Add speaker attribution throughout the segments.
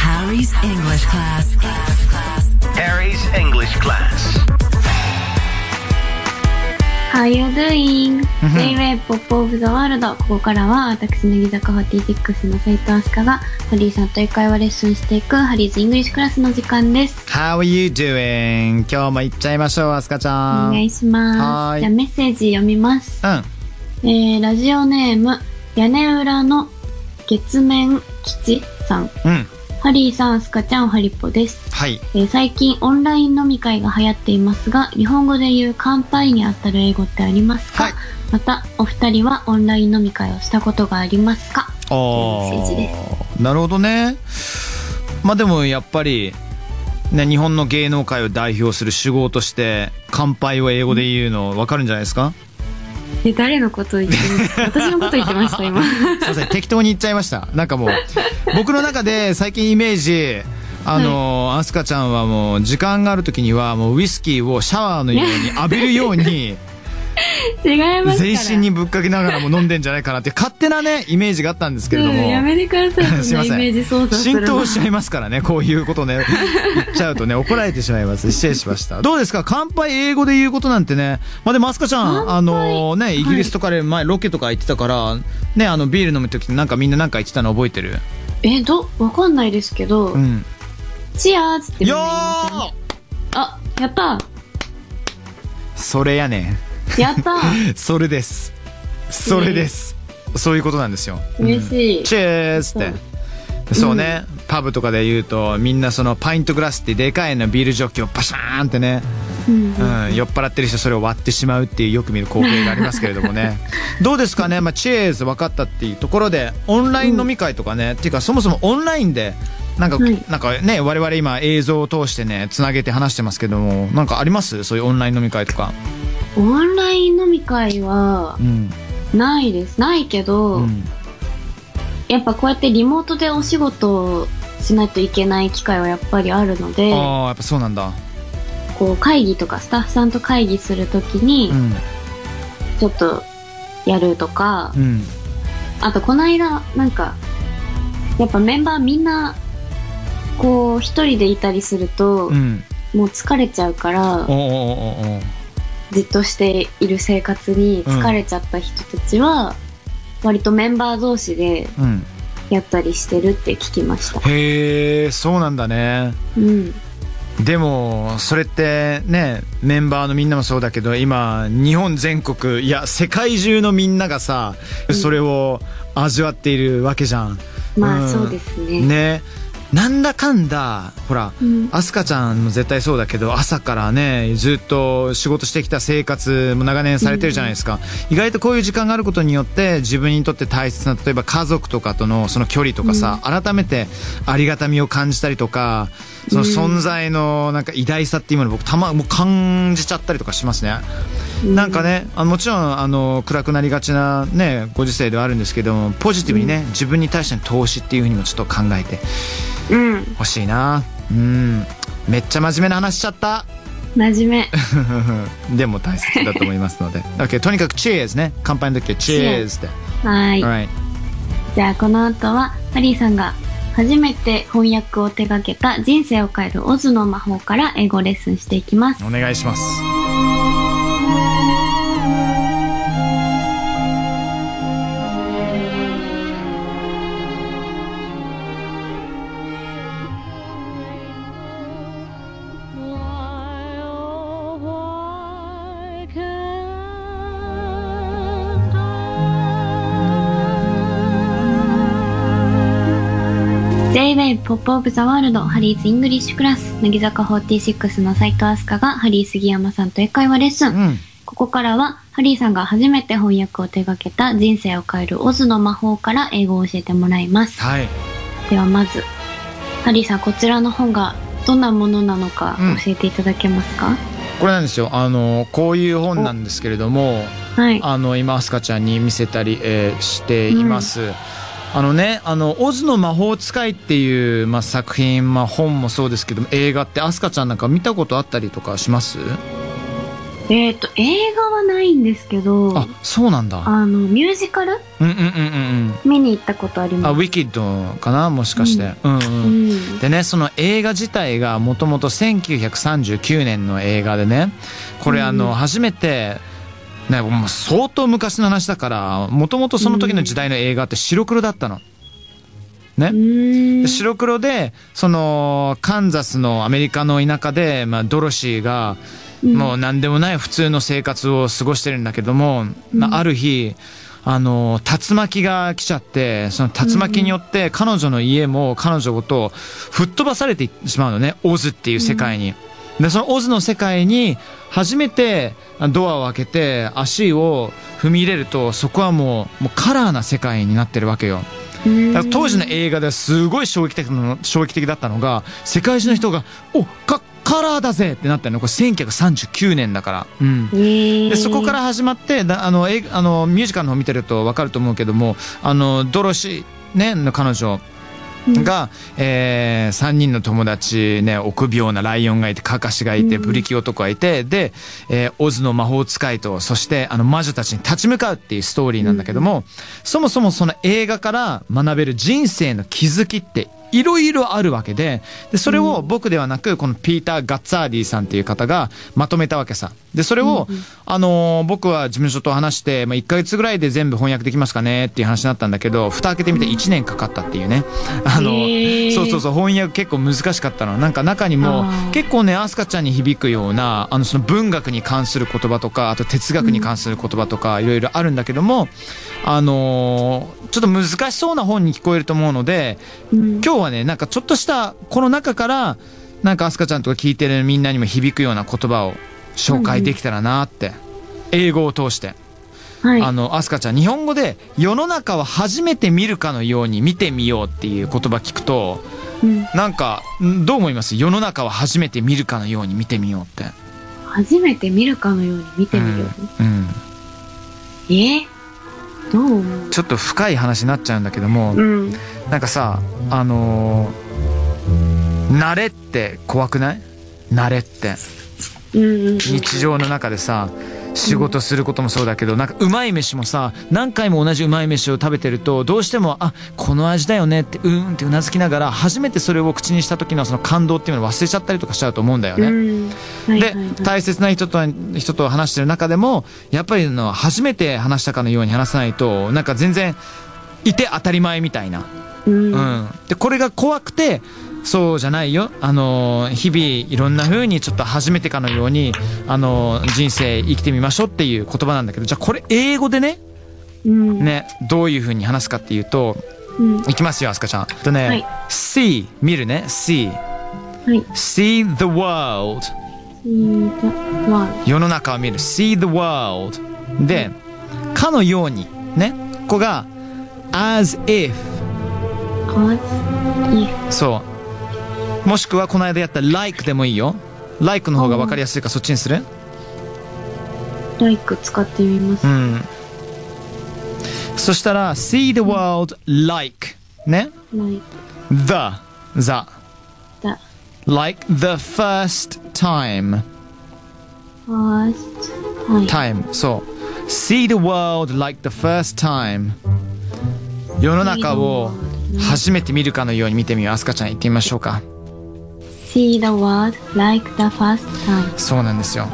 Speaker 1: Harry's English class.
Speaker 2: Harry's English class.
Speaker 3: How you doing? Wave Pop of the World ここからは私乃木坂46の斉藤飛鳥がハリーさんと英会話レッスンしていくハリーズイングリッシュクラスの時間です。
Speaker 4: How are you doing? 今日も行っちゃいましょう、あすかち
Speaker 3: お
Speaker 4: ゃん。
Speaker 3: 願いしま
Speaker 4: はー
Speaker 3: す。
Speaker 4: い
Speaker 3: じゃあメッセージ読みます。
Speaker 4: うん。
Speaker 3: えー、ラジオネーム屋根裏の月面基地さん。
Speaker 4: うん。
Speaker 3: ハリーさん、スカちゃん、ハリポです。
Speaker 4: はい。
Speaker 3: えー最近オンライン飲み会が流行っていますが、日本語で言う乾杯にあたる英語ってありますか、
Speaker 4: はい
Speaker 3: また、お二人はオンライン飲み会をしたことがありますか
Speaker 4: お
Speaker 3: メッセージで
Speaker 4: ー。なるほどね。まあでもやっぱり、ね、日本の芸能界を代表する主語として、乾杯を英語で言うの分かるんじゃないですか
Speaker 3: え、誰のこと言って る私のこと言ってました、今。
Speaker 4: すいません適当に言っちゃいましたなんかもう僕の中で最近イメージあの、アスカちゃんはもう時間がある時にはもうウイスキーをシャワーのように浴びるように
Speaker 3: 違いますから。
Speaker 4: 全身にぶっかけながらも飲んでんじゃないかなっていう勝手なねイメージがあったんですけれど
Speaker 3: うん、や
Speaker 4: も
Speaker 3: めてください、
Speaker 4: す
Speaker 3: そ
Speaker 4: い
Speaker 3: んな
Speaker 4: ませ
Speaker 3: イ
Speaker 4: ん
Speaker 3: メージ操作する
Speaker 4: 浸
Speaker 3: の
Speaker 4: 透。しちゃいますからねこういうことね言っちゃうとね怒られてしまいます失礼しましたどうですか乾杯英語で言うことなんてねまあでもアスカちゃんあのねイギリスとかで前ロケとか行ってたからねあのビール飲む時なんかみんななんか言ってたの覚えてる
Speaker 3: え、ど、わかんないですけど、
Speaker 4: うん
Speaker 3: チアーズってみんな
Speaker 4: よ
Speaker 3: 言いますよね。あ、やった
Speaker 4: それやね
Speaker 3: ーやったー
Speaker 4: んそれですそれです、そういうことなんですよ
Speaker 3: 嬉
Speaker 4: い、
Speaker 3: しい。
Speaker 4: チェースって、そうねパブとかで言うとみんなそのパイントグラスってでかいのビールジョッキをバシャーンってね、
Speaker 3: うん
Speaker 4: うん、酔っ払ってる人それを割ってしまうっていうよく見る光景がありますけれど もねどうですかね、まあ、チェーズ分かったっていうところでオンライン飲み会とかね、っていうかそもそもオンラインでなんか、
Speaker 3: はい
Speaker 4: なんかね我々今映像を通してねつなげて話してますけどもなんかありますそういうオンライン飲み会とか、
Speaker 3: オンライン飲み会は
Speaker 4: うん
Speaker 3: ないですないけど、
Speaker 4: うん、
Speaker 3: やっぱこうやってリモートでお仕事をしないといけない機会はやっぱりあるので
Speaker 4: ああやっぱそうなんだ
Speaker 3: こう会議とかスタッフさんと会議するときに
Speaker 4: うん
Speaker 3: ちょっとやるとか、
Speaker 4: うん
Speaker 3: あとこの間なんかやっぱメンバーみんなこう一人でいたりすると、
Speaker 4: うん
Speaker 3: もう疲れちゃうから
Speaker 4: おーおーおーおー
Speaker 3: じっとしている生活に疲れちゃった人たちは、割とメンバー同士で
Speaker 4: うん
Speaker 3: やったりしてるって聞きました。
Speaker 4: へえそうなんだね
Speaker 3: うん。
Speaker 4: でもそれってねメンバーのみんなもそうだけど今日本全国いや世界中のみんながさ
Speaker 3: うん
Speaker 4: それを味わっているわけじゃん、
Speaker 3: ま
Speaker 4: うん
Speaker 3: あそうですね。
Speaker 4: ねなんだかんだほら
Speaker 3: うん。
Speaker 4: アスカちゃんも絶対そうだけど朝からねずっと仕事してきた生活も長年されてるじゃないですか、意外とこういう時間があることによって自分にとって大切な例えば家族とかとのその距離とかさ、改めてありがたみを感じたりとかその存在のなんか偉大さっていうものを僕たまもう感じちゃったりとかしますね。なんかねあもちろんあの暗くなりがちな、ね、ご時世ではあるんですけどもポジティブにね、自分に対しての投資っていうふうにもちょっと考えて
Speaker 3: うん。
Speaker 4: 欲しいなうんめっちゃ真面目な話しちゃった
Speaker 3: 真面目。
Speaker 4: でも大切だと思いますの で OK とにかくチェーズね乾杯の時はチェーズって
Speaker 3: は
Speaker 4: All
Speaker 3: ーい。
Speaker 4: right
Speaker 3: じゃあこの後は、ハリーさんが初めて翻訳を手掛けた人生を変えるオズの魔法から英語レッスンしていきます
Speaker 4: お。願いします
Speaker 5: Why, oh, why can't I?
Speaker 3: J-Wave Pop of the World ハリーズイングリッシュクラス乃木坂46の斉藤飛鳥がハリー杉山さんと英会話レッス
Speaker 4: う
Speaker 3: ン。
Speaker 4: ん
Speaker 3: ここからは、ハリーさんが初めて翻訳を手掛けた人生を変えるオズの魔法から英語を教えてもらいます。
Speaker 4: はい
Speaker 3: ではまずハリーさんこちらの本がどんなものなのか
Speaker 4: うん
Speaker 3: 教えていただけますか、
Speaker 4: これなんですよあのこういう本なんですけれども
Speaker 3: はい
Speaker 4: あの今アスカちゃんに見せたり、えーしています、あのね「あのオズの魔法使い」っていう、まあ、作品、まあ、本もそうですけども映画ってアスカちゃんなんか見たことあったりとかします
Speaker 3: えっ、と、映画はないんですけど、
Speaker 4: あ
Speaker 3: あ
Speaker 4: そうなんだ
Speaker 3: の、ミュージカル
Speaker 4: うんうんうんうん
Speaker 3: 見に行ったことあり
Speaker 4: うん
Speaker 3: ます。
Speaker 4: あウィキッドかなもしかして、うん、うん
Speaker 3: う
Speaker 4: うん
Speaker 3: ん。
Speaker 4: でねその映画自体がもともと1939年の映画でねこれあの、初めてね、もう相当昔の話だからもともとその時の時代の映画って白黒だったの。ね、
Speaker 3: うーん。
Speaker 4: 白黒でそのカンザスのアメリカの田舎で、まあ、ドロシーがもう何でもない普通の生活を過ごしてるんだけども、まあある日あの竜巻が来ちゃってその竜巻によって彼女の家も彼女ごと吹っ飛ばされてしまうのねオズっていう世界に。でそのオズの世界に初めてドアを開けて足を踏み入れるとそこはもうもうカラーな世界になってるわけよ。だから当時の映画ではすごい衝撃的なの衝撃的だったのが世界中の人が「おかカラーだぜ!」ってなったのこれ1939年だから、うん、で
Speaker 3: で
Speaker 4: そこから始まってだあのえあのミュージカルの方見てると分かると思うけどもあのドロシー、ね、の彼女が、え3人の友達、ね、臆病なライオンがいてカカシがいてブリキ男がいてで、えーオズの魔法使いとそしてあの魔女たちに立ち向かうっていうストーリーなんだけども、そもそもその映画から学べる人生の気づきっていろいろあるわけででそれを僕ではなくこのピーター・ガッツァーディさんっていう方がまとめたわけさでそれを、あのー僕は事務所と話して、まあ、1ヶ月ぐらいで全部翻訳できますかねっていう話になったんだけど蓋開けてみて1年かかったっていうねあの
Speaker 3: へー
Speaker 4: そうそうそう翻訳結構難しかったのなんか中にも
Speaker 3: あー
Speaker 4: 結構ねアスカちゃんに響くようなあのその文学に関する言葉とかあと哲学に関する言葉とかいろいろあるんだけども、あのーちょっと難しそうな本に聞こえると思うので
Speaker 3: うん
Speaker 4: 今日はねなんかちょっとしたこの中からなんかアスカちゃんとか聞いてるみんなにも響くような言葉を紹介できたらなって、英語を通して。
Speaker 3: はい。
Speaker 4: あの、アスカちゃん、日本語で、世の中は初めて見るかのように見てみようっていう言葉聞くと、
Speaker 3: うん
Speaker 4: なんか、んどう思います世の中は初めて見るかのように見てみようって。
Speaker 3: 初めて見るかのように見てみる。
Speaker 4: うん。
Speaker 3: えーどう思
Speaker 4: う
Speaker 3: うん
Speaker 4: ちょっと深い話になっちゃうんだけども、
Speaker 3: うん。
Speaker 4: なんかさ、あのー慣れって怖くない慣れって。
Speaker 3: うんうん。
Speaker 4: 日常の中でさ仕事することもそうだけどなんかうまい飯もさ何回も同じうまい飯を食べてるとどうしてもあこの味だよねってうーんってうなずきながら初めてそれを口にした時のその感動っていうのを忘れちゃったりとかしちゃうと思うんだよね。
Speaker 3: うん。はいは
Speaker 4: で
Speaker 3: いはい、
Speaker 4: 大切な人とは人と話してる中でもやっぱりあの初めて話したかのように話さないとなんか全然いて当たり前みたいな
Speaker 3: うん。
Speaker 4: うん、でこれが怖くてそうじゃないよ、あのー日々いろんな風にちょっと初めてかのように、あのー人生生きてみましょうっていう言葉なんだけどじゃあこれ英語でね
Speaker 3: うん。
Speaker 4: ねどういう風に話すかっていうと
Speaker 3: うん。
Speaker 4: いきますよアスカちゃん。えっとね、
Speaker 3: はい
Speaker 4: see 見るね see
Speaker 3: はい。
Speaker 4: see the world
Speaker 3: うんじゃあまあ
Speaker 4: 世の中を見る see the world でかのようにねここが as if
Speaker 3: あいい
Speaker 4: そうもしくはこの間やった like でもいいよ like の方が分かりやすいからそっちにする
Speaker 3: ライク使ってみます
Speaker 4: う。んそしたら see the world like ね
Speaker 3: ライ
Speaker 4: the the
Speaker 3: クだ。
Speaker 4: like the first time
Speaker 3: ファースト。はい。
Speaker 4: time そう see the world like the first time 世の中を初めて見るかのように見てみようアスカちゃん行ってみましょうか
Speaker 3: See the world like the first time.
Speaker 4: そうなんですよ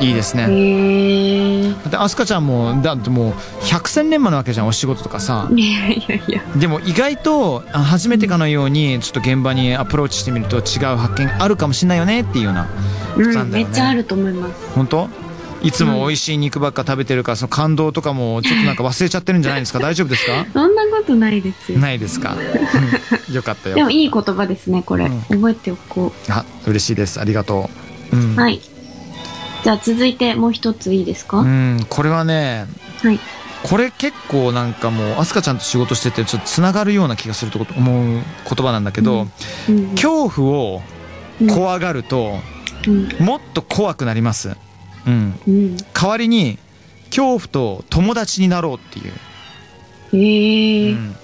Speaker 4: いいですね、
Speaker 3: へえ。
Speaker 4: だってアスカちゃんもだってもう百戦錬磨なわけじゃんお仕事とかさ
Speaker 3: いやいやいや。
Speaker 4: でも意外とあ初めてかのようにちょっと現場にアプローチしてみると違う発見あるかもしれないよねっていうようなこと
Speaker 3: う
Speaker 4: な
Speaker 3: んん、
Speaker 4: だ
Speaker 3: め
Speaker 4: よね、
Speaker 3: っちゃあると思います。
Speaker 4: 本当いつも美味しい肉ばっか食べてるからその感動と かもちょっとなんか忘れちゃってるんじゃないですか大丈夫ですか
Speaker 3: そんなことないですよ。
Speaker 4: ないですかうんよかった
Speaker 3: で
Speaker 4: よ
Speaker 3: もいい言葉ですね、これ。
Speaker 4: うん
Speaker 3: 覚えておこ
Speaker 4: あ嬉しいですありがとううん
Speaker 3: う。はい。じゃあ続いてもう一ついいですか、
Speaker 4: うんこれはね
Speaker 3: はい。
Speaker 4: これ結構なんかもうアスカちゃんと仕事しててちょっとつながるような気がするとこと思う言葉なんだけど、
Speaker 3: うん。
Speaker 4: 恐怖を怖がると
Speaker 3: うん。
Speaker 4: もっと怖くなります、うん、
Speaker 3: うん。
Speaker 4: 代わりに恐怖と友達になろうってい
Speaker 3: へえ。
Speaker 4: う、うん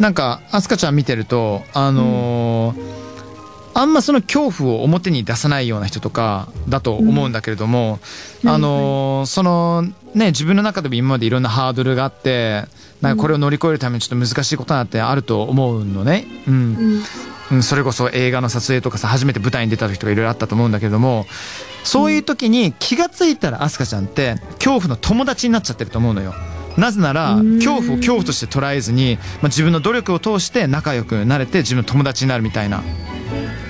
Speaker 4: なんかアスカちゃん見てるとあのーあんまその恐怖を表に出さないような人とかだと思うんだけれども、あのそのね自分の中でも今までいろんなハードルがあってなんかこれを乗り越えるためにちょっと難しいことなんてあると思うのね。うん
Speaker 3: うん
Speaker 4: うん、それこそ映画の撮影とかさ初めて舞台に出た時とかいろいろあったと思うんだけれどもそういう時に気がついたらアスカちゃんって恐怖の友達になっちゃってると思うのよ。なぜなら
Speaker 3: うん
Speaker 4: 恐怖を恐怖として捉えずに、まあ、自分の努力を通して仲良くなれて自分の友達になるみたいな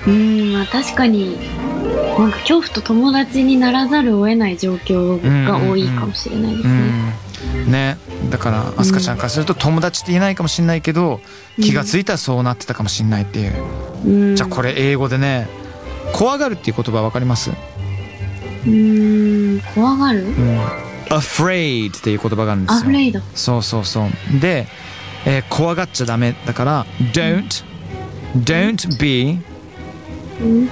Speaker 3: うんまあ確かになんか恐怖と友達にならざるを得ない状況が多いかもしれないです
Speaker 4: う
Speaker 3: ね。
Speaker 4: んねだからアスカちゃんからすると友達って言えないかもしれないけど気がついたらそうなってたかもしれないっていう、
Speaker 3: うん
Speaker 4: じゃあこれ英語でね怖がるっていう言葉わかります、
Speaker 3: うん怖がる
Speaker 4: うん、afraid っていう言葉があるんで
Speaker 3: ア
Speaker 4: す
Speaker 3: フ
Speaker 4: よ
Speaker 3: レイド。
Speaker 4: そうそうそうで、えー怖がっちゃダメだから don't don't be
Speaker 3: うんいい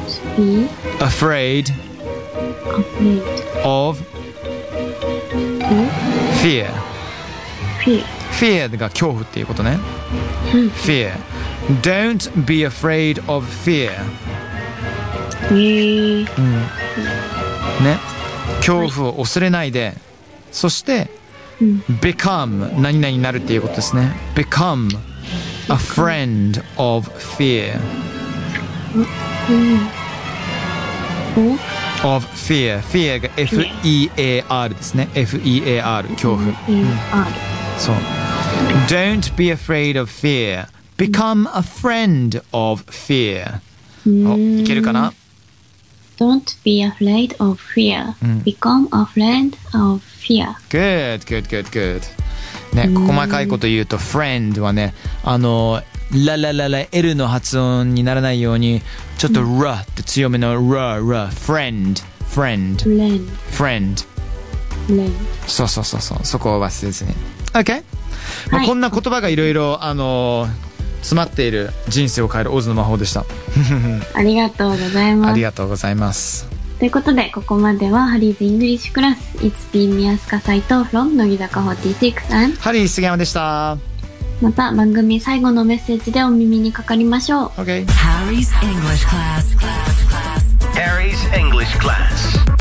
Speaker 4: afraid
Speaker 3: アフレイド。
Speaker 4: of
Speaker 3: うん
Speaker 4: fear
Speaker 3: フィ
Speaker 4: fear が恐怖っていうことね fear don't be afraid of fear
Speaker 3: えー、
Speaker 4: ね恐怖を恐れないでそして、
Speaker 3: うん
Speaker 4: become 何々になるっていうことですね become a friend of fear
Speaker 3: お
Speaker 4: of fear fear が FEAR ですね FEAR 恐怖
Speaker 3: ?AR。
Speaker 4: そう Don't be afraid of fear become a friend of fear おいけるかな
Speaker 3: Don't be afraid of fear. Become a friend of fear.
Speaker 4: Good, good, good, good. ね、細かいこと言うと、friend はね、あの、ララララ L の発音にならないように、ちょっと r って強めの r、r、friend、friend、
Speaker 3: Friend,
Speaker 4: friend。
Speaker 3: friend.
Speaker 4: そうそうそうそう、そこを忘れずに。OK? まあ
Speaker 3: はい
Speaker 4: こんな言葉がいろいろ、あの、詰まっている人生を変えるオズの魔法でした。
Speaker 3: ありがとうござい
Speaker 4: あ
Speaker 3: ま
Speaker 4: り
Speaker 3: す。
Speaker 4: がとうございます。
Speaker 3: ということで、ここまではハリーズイングリッシュクラス It's been 宮塚斎藤 from 乃木坂46 and
Speaker 4: ハリー杉山でした。
Speaker 3: また番組最後のメッセージでお耳にかかりましょう。
Speaker 4: OK?
Speaker 2: Harry's English class.